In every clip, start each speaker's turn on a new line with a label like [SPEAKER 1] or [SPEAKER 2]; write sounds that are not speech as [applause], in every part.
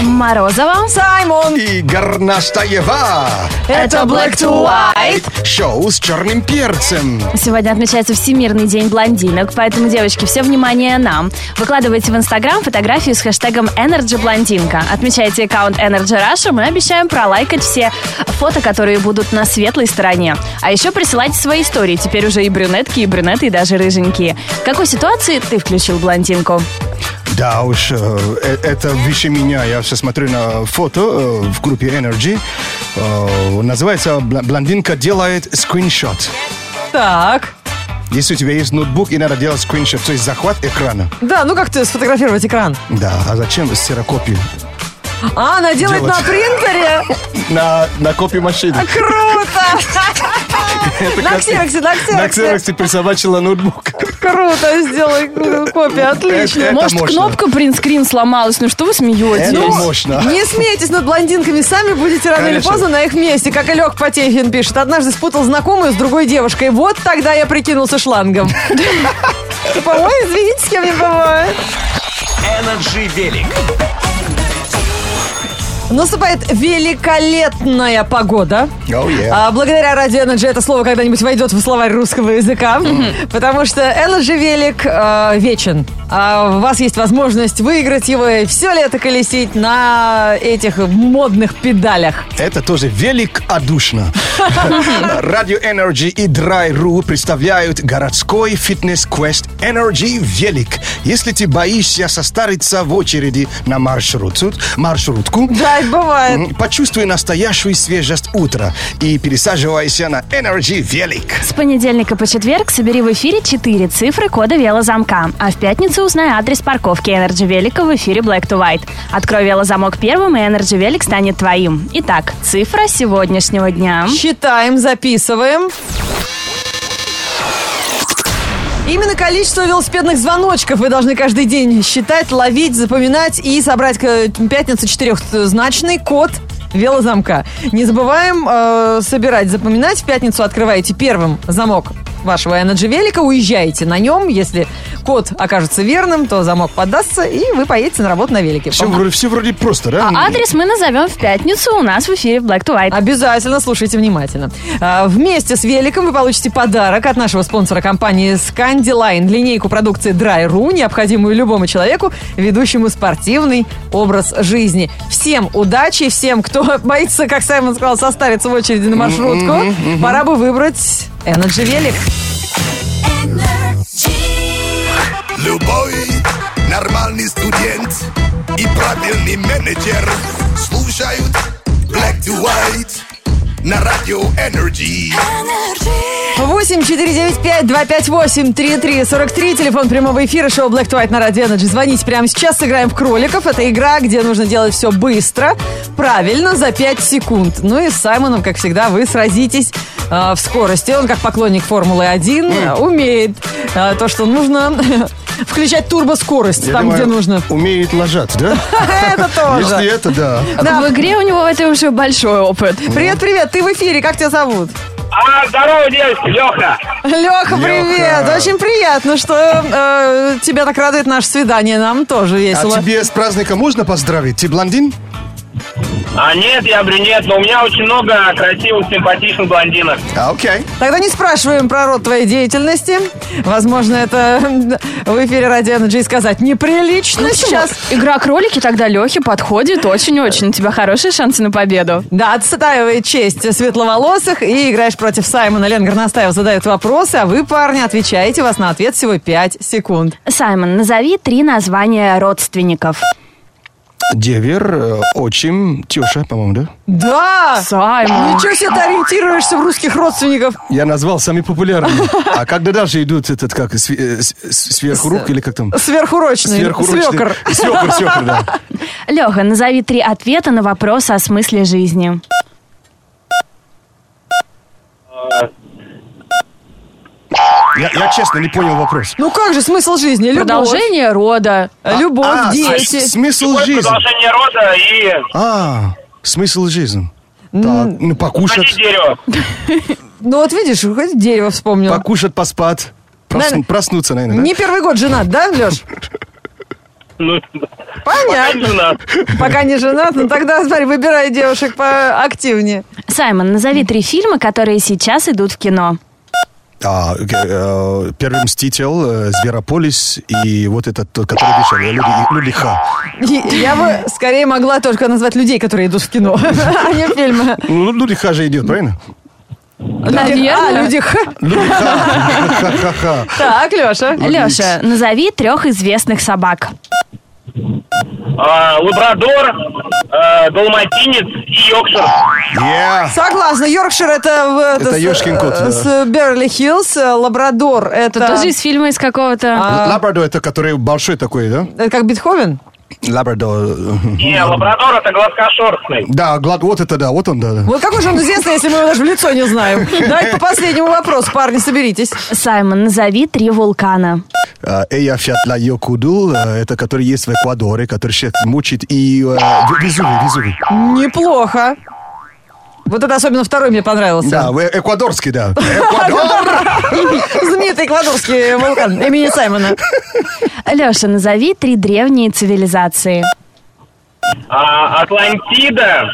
[SPEAKER 1] Морозова.
[SPEAKER 2] Саймон!
[SPEAKER 3] и Горнаштаева.
[SPEAKER 1] Это Black to White.
[SPEAKER 3] Шоу с черным перцем.
[SPEAKER 1] Сегодня отмечается Всемирный день блондинок, поэтому, девочки, все внимание нам. Выкладывайте в Инстаграм фотографию с хэштегом EnergyBлондинка. Отмечайте аккаунт Energy Russia, мы обещаем пролайкать все фото, которые будут на светлой стороне. А еще присылайте свои истории, теперь уже и брюнетки, и брюнеты, и даже рыженькие. В какой ситуации ты включил блондинку?
[SPEAKER 3] Да уж, э, э, это выше меня. Я все смотрю на фото э, в группе Energy. Э, Называется «Бл- «Блондинка делает скриншот».
[SPEAKER 2] Так.
[SPEAKER 3] Если у тебя есть ноутбук и надо делать скриншот, то есть захват экрана.
[SPEAKER 2] Да, ну как ты сфотографировать экран?
[SPEAKER 3] Да, а зачем серокопию?
[SPEAKER 2] А, она делает
[SPEAKER 3] Делать.
[SPEAKER 2] на принтере?
[SPEAKER 3] На, на копию машины.
[SPEAKER 1] А
[SPEAKER 2] Круто! На ксероксе, на
[SPEAKER 3] На
[SPEAKER 2] ксероксе.
[SPEAKER 3] ксерокс ты присобачила ноутбук.
[SPEAKER 2] Круто, сделай э, копию, отлично.
[SPEAKER 3] Это
[SPEAKER 1] Может,
[SPEAKER 3] мощно.
[SPEAKER 1] кнопка принтскрин сломалась? Ну что вы смеетесь?
[SPEAKER 3] Это мощно.
[SPEAKER 2] Не смейтесь над блондинками, сами будете рано или
[SPEAKER 3] Конечно.
[SPEAKER 2] поздно на их месте, как и Лех Потехин пишет. Однажды спутал знакомую с другой девушкой, вот тогда я прикинулся шлангом. [laughs] По-моему, извините, с кем не бывает.
[SPEAKER 4] Energy Велик.
[SPEAKER 2] Наступает великолепная погода.
[SPEAKER 3] Oh, yeah.
[SPEAKER 2] А, благодаря радио Energy это слово когда-нибудь войдет в словарь русского языка, потому что Energy велик э, вечен. А у вас есть возможность выиграть его и все лето колесить на этих модных педалях.
[SPEAKER 3] Это тоже
[SPEAKER 2] [laughs]
[SPEAKER 3] великодушно. Радио Energy и Dry.ru представляют городской фитнес-квест Energy Велик. Если ты боишься состариться в очереди на маршруту, маршрутку,
[SPEAKER 2] Да, это бывает.
[SPEAKER 3] м, почувствуй настоящую свежесть утра и пересаживайся на Energy Велик.
[SPEAKER 1] С понедельника по четверг собери в эфире 4 цифры кода велозамка, а в пятницу узнай адрес парковки Energy Велика в эфире Black to White. Открой велозамок первым, и Energy Велик станет твоим. Итак, цифра сегодняшнего дня.
[SPEAKER 2] Считаем, записываем. Именно количество велосипедных звоночков вы должны каждый день считать, ловить, запоминать и собрать к пятницу четырехзначный код велозамка. Не забываем э, собирать, запоминать. В пятницу открываете первым замок вашего Energy велика, уезжаете на нем. Если код окажется верным, то замок поддастся, и вы поедете на работу на велике.
[SPEAKER 3] Все вроде, всё вроде просто, да?
[SPEAKER 1] А адрес мы назовем в пятницу у нас в эфире Black to White.
[SPEAKER 2] Обязательно слушайте внимательно. А, Вместе с великом вы получите подарок от нашего спонсора компании Scandiline. Линейку продукции Dry.ru, необходимую любому человеку, ведущему спортивный образ жизни. Всем удачи, всем, кто [laughs] боится, как Саймон сказал, состариться в очереди на маршрутку. Пора бы выбрать Energy велик.
[SPEAKER 5] Любой нормальный студент и правильный менеджер слушают Black to White на радио Energy.
[SPEAKER 2] 8495-258-3343. Телефон прямого эфира шоу Black to White на радио Energy. Звоните прямо сейчас, сыграем в кроликов. Это игра, где нужно делать все быстро, правильно, за 5 секунд. Ну и с Саймоном, как всегда, вы сразитесь э, в скорости. Он, как поклонник Формулы-1, э, умеет э, то, что нужно, [laughs] включать турбоскорость
[SPEAKER 3] Я
[SPEAKER 2] там,
[SPEAKER 3] думаю,
[SPEAKER 2] где нужно.
[SPEAKER 3] Умеет ложать, да?
[SPEAKER 2] [laughs] Это
[SPEAKER 3] Если
[SPEAKER 2] тоже.
[SPEAKER 3] это, да.
[SPEAKER 2] Да.
[SPEAKER 1] А В игре у него это уже большой опыт.
[SPEAKER 2] Привет-привет, ты в эфире, как тебя зовут?
[SPEAKER 6] А, здорово, девочки, Леха.
[SPEAKER 2] Леха, привет! Очень приятно, что э, тебя так радует наше свидание. Нам тоже весело.
[SPEAKER 3] А тебе с праздником можно поздравить? Ты блондин?
[SPEAKER 6] А нет, я брюнет, но у меня очень много красивых, симпатичных блондинок.
[SPEAKER 3] А, окей.
[SPEAKER 2] Тогда не спрашиваем про род твоей деятельности. Возможно, это э, в эфире Радио Energy сказать неприлично
[SPEAKER 1] Ну,
[SPEAKER 2] сейчас.
[SPEAKER 1] сейчас игра кролики тогда Лехе подходит очень-очень. У тебя хорошие шансы на победу.
[SPEAKER 2] Да, отстаивает честь светловолосых и играешь против Саймона. Лен Горностаев задает вопросы, а вы, парни, отвечаете. У вас на ответ всего 5 секунд.
[SPEAKER 1] Саймон, назови три названия родственников.
[SPEAKER 3] Девер, э, отчим, теша, по-моему, да?
[SPEAKER 2] Да!
[SPEAKER 1] Саймон.
[SPEAKER 2] Ничего себе ты ориентируешься в русских родственников.
[SPEAKER 3] Я назвал самый популярный. А когда дальше идут этот как, св- э, с- с- сверху рук или как там?
[SPEAKER 2] Сверхурочный. Свекор.
[SPEAKER 3] Свекор, свекор, да.
[SPEAKER 1] Леха, назови три ответа на вопросы о смысле жизни.
[SPEAKER 3] Я, я честно не понял вопрос.
[SPEAKER 2] Ну как же смысл жизни? Любовь.
[SPEAKER 1] Продолжение рода.
[SPEAKER 2] Любовь,
[SPEAKER 3] А,
[SPEAKER 2] дети.
[SPEAKER 3] с- смысл
[SPEAKER 6] Такое
[SPEAKER 3] жизни.
[SPEAKER 6] Продолжение рода и
[SPEAKER 3] А, смысл жизни. Так, ну,
[SPEAKER 6] ходить
[SPEAKER 3] покушать,
[SPEAKER 6] дерево.
[SPEAKER 2] Ну вот видишь, хоть дерево вспомнил.
[SPEAKER 3] покушать, поспать. Просну-
[SPEAKER 2] Наверное,
[SPEAKER 3] проснуться, наверное, да?
[SPEAKER 2] Не первый год женат, да, Леш?
[SPEAKER 6] Ну, Пока
[SPEAKER 2] Понятно.
[SPEAKER 6] жена.
[SPEAKER 2] Пока не женат, ну тогда, смотри, выбирай девушек поактивнее.
[SPEAKER 1] Саймон, назови три фильма, которые сейчас идут в кино.
[SPEAKER 3] А, э, э, Первый мститель, э, Зверополис и вот этот, тот, который вышел, э, Люди, Люди Ха.
[SPEAKER 2] И Я бы скорее могла только назвать людей, которые идут в кино, [laughs] а не фильмы.
[SPEAKER 3] Ну, Люди Ха же идет, правильно?
[SPEAKER 2] Люди- А,
[SPEAKER 1] Наверное.
[SPEAKER 2] люди Х.
[SPEAKER 3] Люди Ха. Ха-ха-ха.
[SPEAKER 2] Так, Леша.
[SPEAKER 1] Леша, назови трех известных собак.
[SPEAKER 6] А, лабрадор, а, далматинец и йоркшир.
[SPEAKER 3] Yeah.
[SPEAKER 2] Согласна, Йоркшир это... в- э,
[SPEAKER 3] Это
[SPEAKER 2] с-
[SPEAKER 3] Ёшкин кот, да.
[SPEAKER 2] С Берли-Хиллз, э, Лабрадор это...
[SPEAKER 1] Тоже из фильма из какого-то...
[SPEAKER 3] Лабрадор это который большой такой, да?
[SPEAKER 2] Это как Бетховен?
[SPEAKER 3] Лабрадор. э,
[SPEAKER 6] Не, лабрадор это гладкошерстный.
[SPEAKER 3] Да, глад, вот это да, вот он, да. да.
[SPEAKER 2] Вот какой же он известный, если мы его даже в лицо
[SPEAKER 3] [laughs]
[SPEAKER 2] не знаем. Давайте по последнему вопросу, парни, соберитесь.
[SPEAKER 1] Саймон, назови три вулкана.
[SPEAKER 3] Э, Эя Фятла Йокудул, э, это который есть в Эквадоре, который сейчас мучит и... э, Ве- Везувий, Везувий.
[SPEAKER 2] Неплохо. Вот это особенно второй мне понравился.
[SPEAKER 3] Да, в- э, эквадорский,
[SPEAKER 2] [laughs]
[SPEAKER 3] да. Эквадор!
[SPEAKER 2] Знаменитый эквадорский вулкан имени Саймона.
[SPEAKER 1] Леша, назови три древние цивилизации.
[SPEAKER 6] А, Атлантида.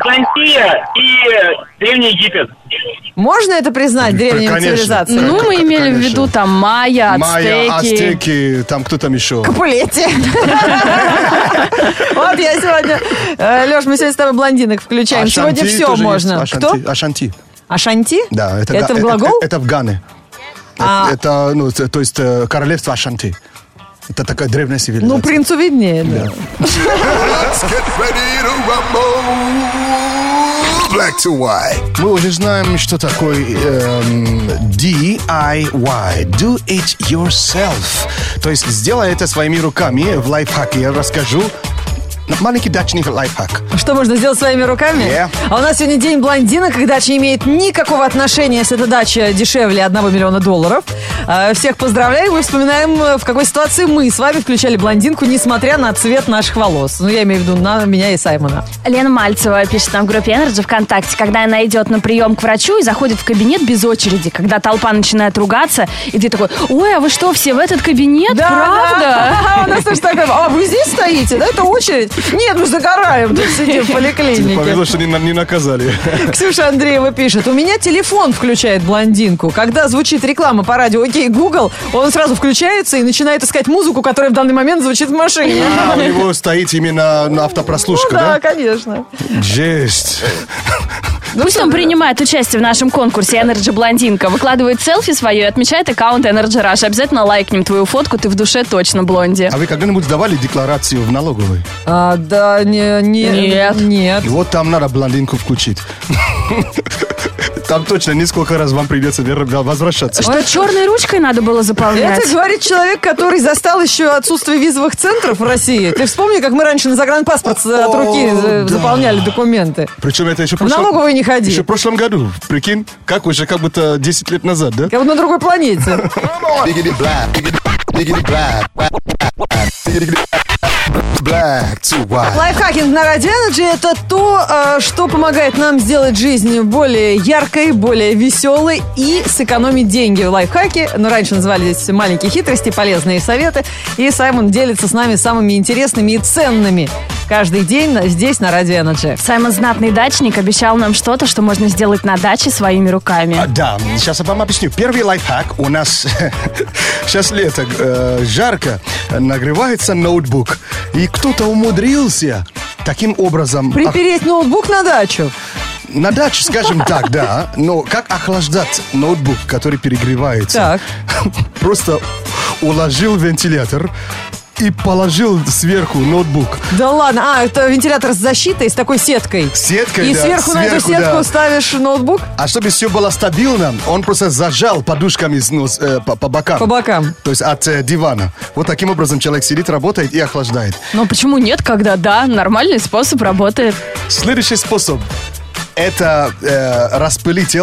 [SPEAKER 6] Атлантия и э, Древний Египет.
[SPEAKER 2] Можно это признать древними
[SPEAKER 3] Конечно.
[SPEAKER 2] цивилизацией?
[SPEAKER 3] Ну,
[SPEAKER 1] Ну, мы
[SPEAKER 3] к-
[SPEAKER 1] имели в
[SPEAKER 3] конечно.
[SPEAKER 1] виду там майя,
[SPEAKER 3] Майя,
[SPEAKER 1] ацтеки.
[SPEAKER 3] Ацтеки, там кто там еще?
[SPEAKER 2] Капулетти. Ну, [laughs] Вот я сегодня... Леш, мы сегодня с тобой блондинок включаем. Сегодня
[SPEAKER 3] Ашанти
[SPEAKER 2] все
[SPEAKER 3] А тоже
[SPEAKER 2] можно.
[SPEAKER 3] есть.
[SPEAKER 2] Кто?
[SPEAKER 3] Ашанти, Ашанти.
[SPEAKER 2] Ашанти?
[SPEAKER 3] Да, это,
[SPEAKER 2] Это
[SPEAKER 3] Га-
[SPEAKER 2] глагол?
[SPEAKER 3] Это, это в Гане.
[SPEAKER 2] А.
[SPEAKER 3] Это, ну, т- то есть э, королевство Ашанти. Это такая древняя цивилизация.
[SPEAKER 2] Ну, принцу виднее. да.
[SPEAKER 5] Let's get ready to rumble. Black to white.
[SPEAKER 3] Мы уже знаем, что такое эм, DIY, do it yourself. То есть сделай это своими руками в лайфхаке. Я расскажу маленький дачный лайфхак.
[SPEAKER 2] Что можно сделать своими руками?
[SPEAKER 3] Yeah.
[SPEAKER 2] А у нас сегодня день блондинок, и дача не имеет никакого отношения, если эта дача дешевле 1 миллиона долларов. Э, Всех поздравляем и вспоминаем, э, в какой ситуации мы с вами включали блондинку, несмотря на цвет наших волос. Ну, я имею в виду на меня и Саймона.
[SPEAKER 1] Лена Мальцева пишет нам в группе Energy ВКонтакте, когда она идет на прием к врачу и заходит в кабинет без очереди, когда толпа начинает ругаться, и ты такой, ой, а вы что, все в этот кабинет? Правда?
[SPEAKER 2] да. У нас тоже такое. А, вы здесь стоите? Да, это очередь? Нет, мы загораем, тут сидим в поликлинике.
[SPEAKER 3] что не, на- не
[SPEAKER 2] [laughs]
[SPEAKER 3] наказали.
[SPEAKER 2] Ксюша Андреева пишет. У меня телефон включает блондинку. Когда звучит реклама по радио «Окей, Google», он сразу включается и начинает искать музыку, которая в данный момент звучит в машине.
[SPEAKER 3] А у него стоит именно на
[SPEAKER 2] Ну
[SPEAKER 3] автопрослушка,
[SPEAKER 2] да,
[SPEAKER 3] да?
[SPEAKER 2] конечно.
[SPEAKER 3] Жесть.
[SPEAKER 1] Ну, Пусть он принимает участие в нашем конкурсе Energy Блондинка, выкладывает селфи свое и отмечает аккаунт Energy Rush. Обязательно лайкнем твою фотку, ты в душе точно блонди.
[SPEAKER 3] А вы когда-нибудь сдавали декларацию в налоговой?
[SPEAKER 2] А, да, не, не,
[SPEAKER 1] Нет.
[SPEAKER 2] Нет.
[SPEAKER 3] И вот там надо блондинку включить. [laughs] Там точно несколько раз вам придется вер- возвращаться.
[SPEAKER 1] Что, черной ручкой надо было заполнять?
[SPEAKER 2] Это говорит человек, который застал еще отсутствие визовых центров в России. Ты вспомни, как мы раньше на загранпаспорт с- от руки за-
[SPEAKER 3] да.
[SPEAKER 2] заполняли документы.
[SPEAKER 3] Причем это еще в
[SPEAKER 2] В
[SPEAKER 3] прошлом-
[SPEAKER 2] налоговую не ходи.
[SPEAKER 3] Еще в прошлом году, прикинь, как уже как будто 10 лет назад, да?
[SPEAKER 2] Как будто на другой планете.
[SPEAKER 5] Biggity black. Biggity black. Biggity black to white.
[SPEAKER 2] Лайфхакинг на Радио Energy – это то, э, что помогает нам сделать жизнь более яркой, более веселой и сэкономить деньги. Лайфхаки, ну, раньше назывались маленькие хитрости, полезные советы. И Саймон делится с нами самыми интересными и ценными каждый день на- здесь, на Радио Energy.
[SPEAKER 1] Саймон Знатный Дачник обещал нам что-то, что можно сделать на даче своими руками.
[SPEAKER 3] А, Да, сейчас я вам объясню. Первый лайфхак у нас... [laughs] Сейчас лето, э, жарко, нагревается ноутбук. И кто-то умудрился таким образом... ох-
[SPEAKER 2] Припереть ноутбук на дачу.
[SPEAKER 3] На даче, скажем так, да. Но как охлаждать ноутбук, который перегревается?
[SPEAKER 2] Так.
[SPEAKER 3] [laughs] Просто уложил вентилятор и положил сверху ноутбук.
[SPEAKER 2] Да ладно, а, это вентилятор с защитой, с такой сеткой.
[SPEAKER 3] Сеткой,
[SPEAKER 2] И
[SPEAKER 3] да,
[SPEAKER 2] сверху на эту
[SPEAKER 3] сверху, да.
[SPEAKER 2] сетку ставишь ноутбук?
[SPEAKER 3] А чтобы все было стабильно, он просто зажал подушками с- ну, с, э, по, по бокам.
[SPEAKER 2] По бокам.
[SPEAKER 3] То есть от э, дивана. Вот таким образом человек сидит, работает и охлаждает.
[SPEAKER 1] Но почему нет, когда да, нормальный способ работает.
[SPEAKER 3] Следующий способ. Это э, распылитель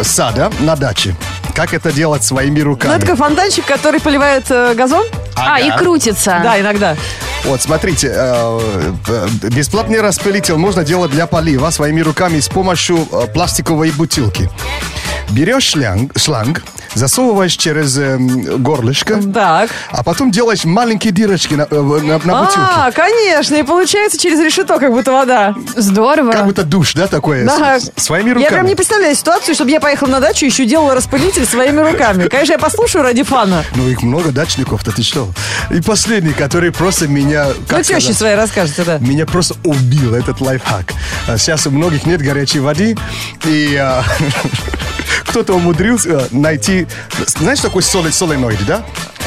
[SPEAKER 3] э, сада на даче. Как это делать своими
[SPEAKER 2] Ну,
[SPEAKER 3] руками?
[SPEAKER 2] это такой фонтанчик, который поливает э, газон?
[SPEAKER 1] А, и крутится.
[SPEAKER 2] Да, иногда.
[SPEAKER 3] Вот, смотрите, э, э, бесплатный распылитель можно делать для полива своими руками с помощью э, пластиковой бутылки. Берешь шлянг- шланг, засовываешь через эм, горлышко,
[SPEAKER 2] Так.
[SPEAKER 3] а потом делаешь маленькие дырочки на, э, на- на бутылке.
[SPEAKER 2] А, конечно, и получается через решето, как будто вода.
[SPEAKER 1] Здорово.
[SPEAKER 3] Как будто душ, да, такое? с-
[SPEAKER 2] Да.
[SPEAKER 3] с- своими
[SPEAKER 2] Я прям
[SPEAKER 3] руками.
[SPEAKER 2] не представляю ситуацию, чтобы я поехала на дачу и еще делала распылитель своими руками. Конечно, я послушаю ради фана.
[SPEAKER 3] Ну, их много дачников-то, ты что? И последний, который просто меня... как
[SPEAKER 2] Ну, теще
[SPEAKER 3] сказать?
[SPEAKER 2] своей расскажете, да.
[SPEAKER 3] Меня просто убил этот лайфхак. А Сейчас у многих нет горячей воды, и а, [laughs] кто-то умудрился а, найти... Знаешь, такой соли, соленоид, да?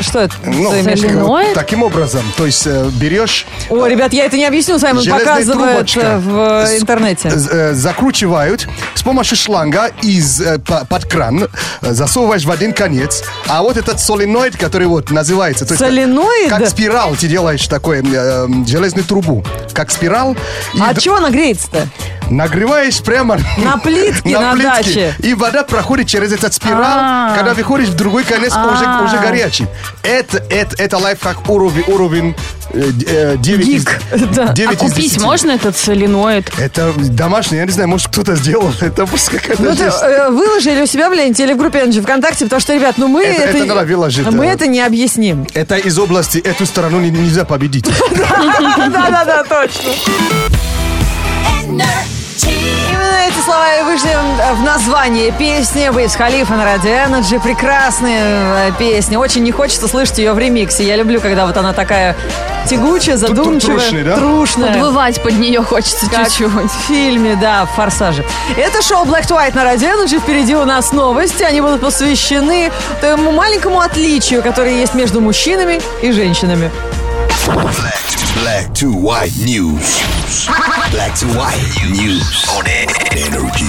[SPEAKER 2] Что это?
[SPEAKER 3] Ну,
[SPEAKER 2] Ты имеешь в виду?
[SPEAKER 1] Соленоид?
[SPEAKER 3] таким образом. То есть э, берешь...
[SPEAKER 2] О, ребят, я это не объясню, Саймон
[SPEAKER 3] Железная
[SPEAKER 2] показывает
[SPEAKER 3] трубочка.
[SPEAKER 2] Ну, э, в э,
[SPEAKER 3] С-
[SPEAKER 2] интернете.
[SPEAKER 3] э, закручивают с помощью шланга из, э, по- под кран, э, засовываешь в один конец, а вот этот соленоид, который вот называется... то есть как-
[SPEAKER 2] Соленоид?
[SPEAKER 3] Как спирал ты делаешь такой э, железную трубу. Как спирал. И
[SPEAKER 2] А
[SPEAKER 3] д-
[SPEAKER 2] от чего она греется-то?
[SPEAKER 3] Нагреваешь прямо [laughs]
[SPEAKER 2] На плитке на даче.
[SPEAKER 3] И вода проходит через этот спирал,
[SPEAKER 1] А.
[SPEAKER 3] когда выходишь в другой конец,
[SPEAKER 1] А.
[SPEAKER 3] уже, уже горячий. Это, это, это лайфхак уровень, уровень э, 9
[SPEAKER 2] Гик. [laughs] Да.
[SPEAKER 1] А купить можно этот соленоид?
[SPEAKER 3] Это домашний, я не знаю, может кто-то сделал. [laughs] Это просто какая-то
[SPEAKER 2] Ну, ты
[SPEAKER 3] жесть.
[SPEAKER 2] э, выложили у себя в ленте или в группе NG ВКонтакте, потому что, ребят, ну мы
[SPEAKER 3] Это- э, это надо выложить,
[SPEAKER 2] мы
[SPEAKER 3] да.
[SPEAKER 2] это не объясним.
[SPEAKER 3] Это из области, эту сторону не- нельзя победить.
[SPEAKER 2] Да-да-да, точно. Именно эти слова и вышли э, в название песни Бейс Халифа на Радио Энерджи. Прекрасная э, песня. Очень не хочется слышать ее в ремиксе. Я люблю, когда вот она такая тягучая, задумчивая.
[SPEAKER 3] трушная, да?
[SPEAKER 2] трушная.
[SPEAKER 1] Подвывать под нее хочется
[SPEAKER 2] Как
[SPEAKER 1] чуть-чуть.
[SPEAKER 2] в фильме, да, в «Форсаже». Это шоу Black to White на Радио Energy. Впереди у нас новости. Они будут посвящены тому маленькому отличию, которое есть между мужчинами и женщинами.
[SPEAKER 5] Black to, black to white news. Black to white news on energy.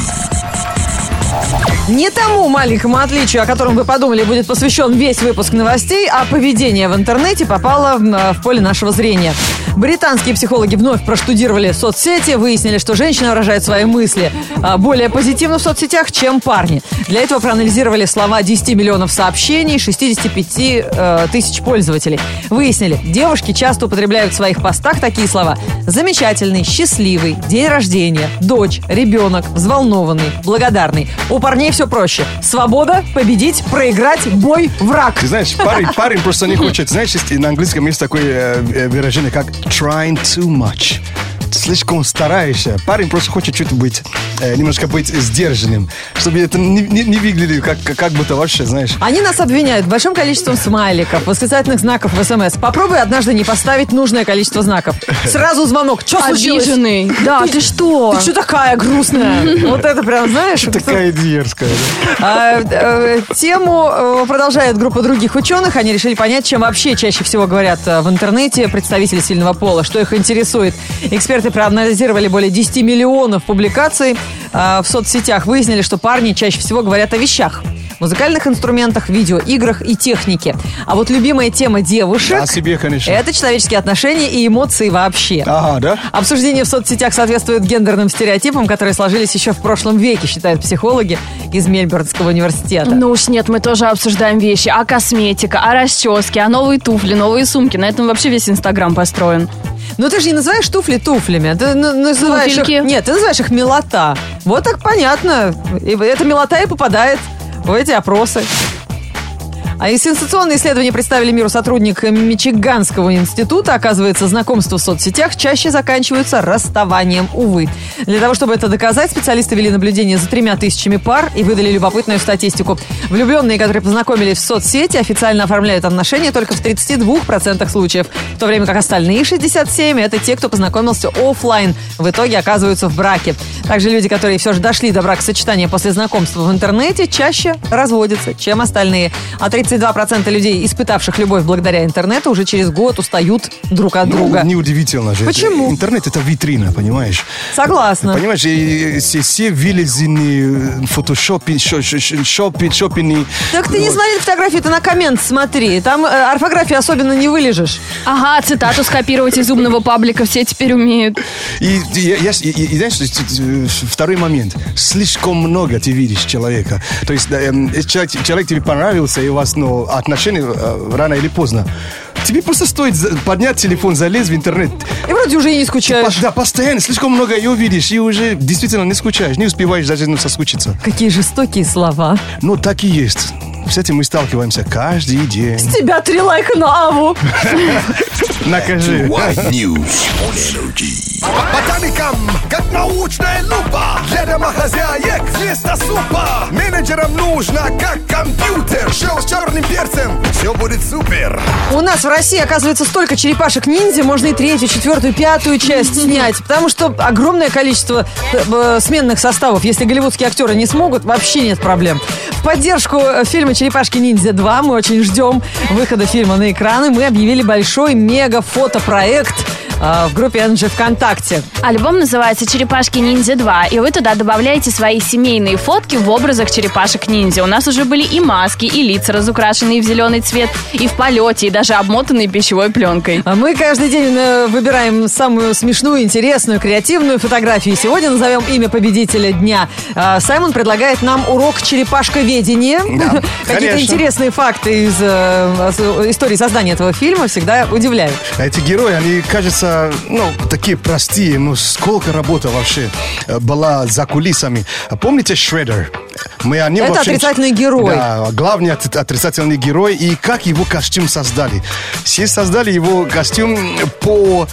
[SPEAKER 2] Не тому маленькому отличию, о котором вы подумали, будет посвящен весь выпуск новостей, а поведение в интернете попало м, э, в поле нашего зрения. Британские психологи вновь проштудировали соцсети, выяснили, что женщины выражают свои мысли а, более позитивно в соцсетях, чем парни. Для этого проанализировали слова 10 миллионов сообщений 65 э, тысяч пользователей. Выяснили, девушки часто употребляют в своих постах такие слова «замечательный», «счастливый», «день рождения», «дочь», «ребенок», «взволнованный», «благодарный». У парней все проще. Свобода, победить, проиграть, бой, враг.
[SPEAKER 3] Ты знаешь, парень, парень просто не хочет. Знаешь, есть- на английском есть такое э, э, выражение, как trying too much. Слишком стараешься. Парень просто хочет чуть быть, э, немножко быть сдержанным, чтобы это не, не- не выглядело как, как, как будто вообще, знаешь.
[SPEAKER 2] Они нас обвиняют большим количеством смайликов, восклицательных знаков в СМС. Попробуй однажды не поставить нужное количество знаков. Сразу звонок. Что случилось?
[SPEAKER 1] Обиженный. Да, ты что?
[SPEAKER 2] Ты что такая грустная? Вот это прям, знаешь,
[SPEAKER 3] Такая дерзкая. да.
[SPEAKER 2] А, э, Тему э, продолжает группа других ученых. Они решили понять, чем вообще чаще всего говорят э, в интернете представители сильного пола, что их интересует. Эксперты проанализировали более 10 миллионов публикаций э, в соцсетях. Выяснили, что парни чаще всего говорят о вещах. Музыкальных инструментах, видеоиграх и технике. А вот любимая тема девушек
[SPEAKER 3] О А себе, А, конечно.
[SPEAKER 2] это человеческие отношения и эмоции вообще.
[SPEAKER 3] Ага, да?
[SPEAKER 2] Обсуждение в соцсетях соответствует гендерным стереотипам, которые сложились еще в прошлом веке, считают психологи из Мельбурнского университета.
[SPEAKER 1] Ну уж нет, мы тоже обсуждаем вещи. А косметика, а расчески, а новые туфли, новые сумки. На этом вообще весь Инстаграм построен.
[SPEAKER 2] Но Ну, ты же не называешь туфли туфлями. а Ты на- называешь их-
[SPEAKER 1] Туфельки.
[SPEAKER 2] Нет, ты называешь их милота. Вот так понятно. И эта милота и попадает в эти опросы. А и сенсационное исследование представили миру сотрудник Мичиганского института. Оказывается, знакомства в соцсетях чаще заканчиваются расставанием, увы. Для того, чтобы это доказать, специалисты вели наблюдение за тремя тысячами пар и выдали любопытную статистику. Влюбленные, которые познакомились в соцсети, официально оформляют отношения только в 32% случаев, в то время как остальные 67% это те, кто познакомился оффлайн, в итоге оказываются в браке. Также люди, которые все же дошли до бракосочетания после знакомства в интернете, чаще разводятся, чем остальные. А 32% людей, испытавших любовь благодаря интернету, уже через год устают друг от друга.
[SPEAKER 3] Ну, неудивительно же.
[SPEAKER 2] Почему?
[SPEAKER 3] Это- интернет это витрина, понимаешь?
[SPEAKER 2] Согласна.
[SPEAKER 3] Понимаешь, и- и все, все вылезены, фотошопи, шо- шо- шо- шопи- шопини.
[SPEAKER 2] Так ты не
[SPEAKER 3] Вот.
[SPEAKER 2] смотри фотографии, ты на коммент смотри. Там э, орфографию особенно не вылежешь.
[SPEAKER 1] Ага, цитату скопировать из умного паблика все теперь умеют.
[SPEAKER 3] И, и- я- я- и- и- и знаешь, т- т- э, второй момент. Слишком много ты видишь человека. То есть да, эм, э, человек, человек тебе понравился, и у вас ну, отношения э, рано или поздно. Тебе просто стоит за- поднять телефон, залезть в интернет.
[SPEAKER 2] И вроде уже и не
[SPEAKER 3] По-
[SPEAKER 2] скучаешь.
[SPEAKER 3] Да, постоянно, слишком много ее видишь, и уже действительно не скучаешь, не успеваешь даже ну, соскучиться.
[SPEAKER 2] Какие жестокие слова.
[SPEAKER 3] Ну, так и есть. С этим мы сталкиваемся каждый день.
[SPEAKER 2] С тебя три лайка на аву.
[SPEAKER 3] Накажи.
[SPEAKER 5] White News on Energy.
[SPEAKER 7] По Ботаникам, как научная лупа Для домохозяек вместо супа Менеджерам нужно, как компьютер Шел с черным перцем, все будет супер
[SPEAKER 2] У нас в России, оказывается, столько черепашек-ниндзя, можно и третью, четвертую, пятую часть снять. Потому что огромное количество э, э, сменных составов. Если голливудские актеры не смогут, вообще нет проблем. В поддержку э, фильма «Черепашки-ниндзя 2» мы очень ждем выхода фильма на экраны. Мы объявили большой мега-фотопроект э, в группе NG ВКонтакте.
[SPEAKER 1] Альбом называется «Черепашки-ниндзя 2», и вы туда добавляете свои семейные фотки в образах черепашек-ниндзя. У нас уже были и маски, и лица, разукрашенные в зеленый цвет, и в полете, и даже обмотанные пищевой пленкой.
[SPEAKER 2] А Мы каждый день э, выбираем самую смешную, интересную, креативную фотографию. И Сегодня назовем имя победителя дня. А, Саймон предлагает нам урок черепашковедения. [laughs] Какие-то
[SPEAKER 3] конечно.
[SPEAKER 2] интересные факты из э, с- истории создания этого фильма всегда удивляют.
[SPEAKER 3] А Эти герои, они, кажется, ну, такие простые, но сколько работы вообще э, была за кулисами. А Помните Шредер? Мы о нем
[SPEAKER 2] Это
[SPEAKER 3] вообще-
[SPEAKER 2] отрицательный герой.
[SPEAKER 3] Да, главный от- отрицательный герой. И как его костюм создали? Все создали его костюм по...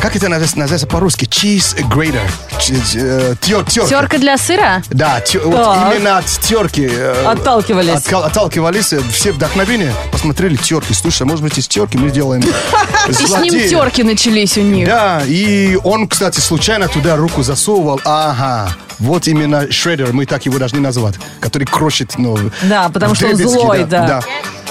[SPEAKER 3] Как это называется, называется по-русски? Cheese grater. Ч- э, тё- тёрка.
[SPEAKER 1] Терка для сыра?
[SPEAKER 3] Да, тё- вот
[SPEAKER 2] Так.
[SPEAKER 3] именно от э, терки.
[SPEAKER 2] Отталкивались.
[SPEAKER 3] отталкивались. э, Все вдохновение. Посмотрели терки. Слушай, а может быть, из терки мы
[SPEAKER 2] [laughs]
[SPEAKER 3] сделаем
[SPEAKER 1] И с ним
[SPEAKER 3] злодея.
[SPEAKER 1] терки начались у них.
[SPEAKER 3] Да, и он, кстати, случайно туда руку засовывал. Ага, вот именно Шредер, мы так его должны назвать, который крошит, ну...
[SPEAKER 2] Да, потому что он
[SPEAKER 3] вдребезги,
[SPEAKER 2] злой, да.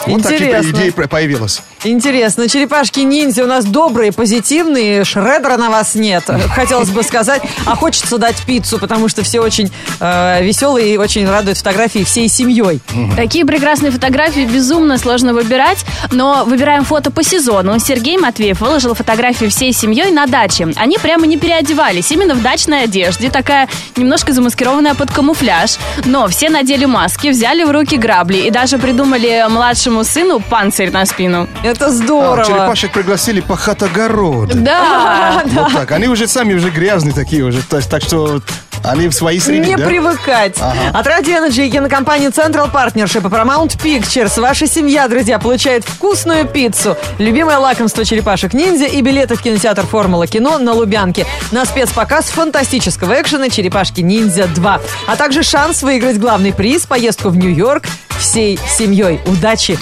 [SPEAKER 3] Вот такие
[SPEAKER 2] Интересно.
[SPEAKER 3] идеи про- появилась.
[SPEAKER 2] Интересно, черепашки-ниндзя у нас добрые, позитивные, шредера на вас нет, [laughs] хотелось бы сказать. А хочется дать пиццу, потому что все очень э, веселые и очень радуют фотографии всей семьей.
[SPEAKER 1] Такие прекрасные фотографии безумно сложно выбирать, но выбираем фото по сезону. Сергей Матвеев выложил фотографии всей семьей на даче. Они прямо не переодевались, именно в дачной одежде, такая немножко замаскированная под камуфляж. Но все надели маски, взяли в руки грабли и даже придумали младшему сыну панцирь на спину.
[SPEAKER 2] Это
[SPEAKER 3] А,
[SPEAKER 2] здорово.
[SPEAKER 3] черепашек пригласили пахать огород.
[SPEAKER 1] [laughs]
[SPEAKER 2] [laughs]
[SPEAKER 1] Да,
[SPEAKER 3] Вот так. Они уже сами уже грязные такие уже. То есть, так что они в своей среде,
[SPEAKER 2] Не
[SPEAKER 3] да?
[SPEAKER 2] привыкать. От Radio Energy и кинокомпании Central Partnership и Paramount Pictures ваша семья, друзья, получает вкусную пиццу, любимое лакомство черепашек-ниндзя и билеты в кинотеатр «Формула кино» на Лубянке на спецпоказ фантастического экшена «Черепашки-ниндзя 2», а также шанс выиграть главный приз – поездку в Нью-Йорк всей семьей. Удачи!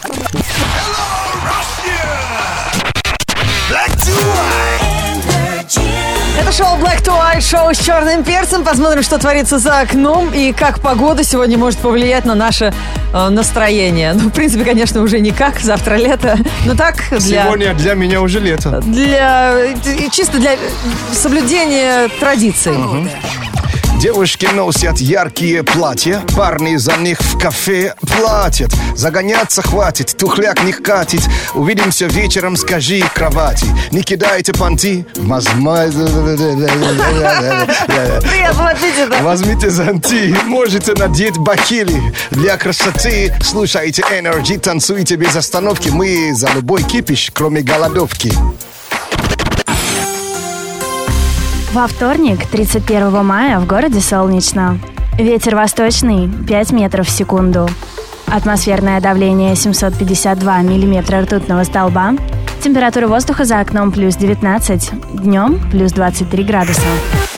[SPEAKER 7] Black to white
[SPEAKER 2] Это шоу Black to White, шоу с черным перцем. Посмотрим, что творится за окном и как погода сегодня может повлиять на наше э, настроение. Ну, в принципе, конечно, уже никак. Завтра лето. Но так для...
[SPEAKER 3] Сегодня для меня уже лето.
[SPEAKER 2] Для... и Чисто для э, соблюдения традиций.
[SPEAKER 3] Девушки носят яркие платья, парни за них в кафе платят. Загоняться хватит, тухляк не катит. Увидимся вечером, скажи кровати. Не кидайте понти. Возьма-
[SPEAKER 2] Приятного аппетита!
[SPEAKER 3] [laughs] Возьмите зонти, можете надеть бахили. Для красоты слушайте Energy, танцуйте без остановки. Мы за любой кипиш, кроме голодовки.
[SPEAKER 1] Во вторник, 31 мая, в городе солнечно. Ветер восточный 5 метров в секунду. Атмосферное давление 752 миллиметра ртутного столба. Температура воздуха за окном плюс 19, днем плюс 23 градуса.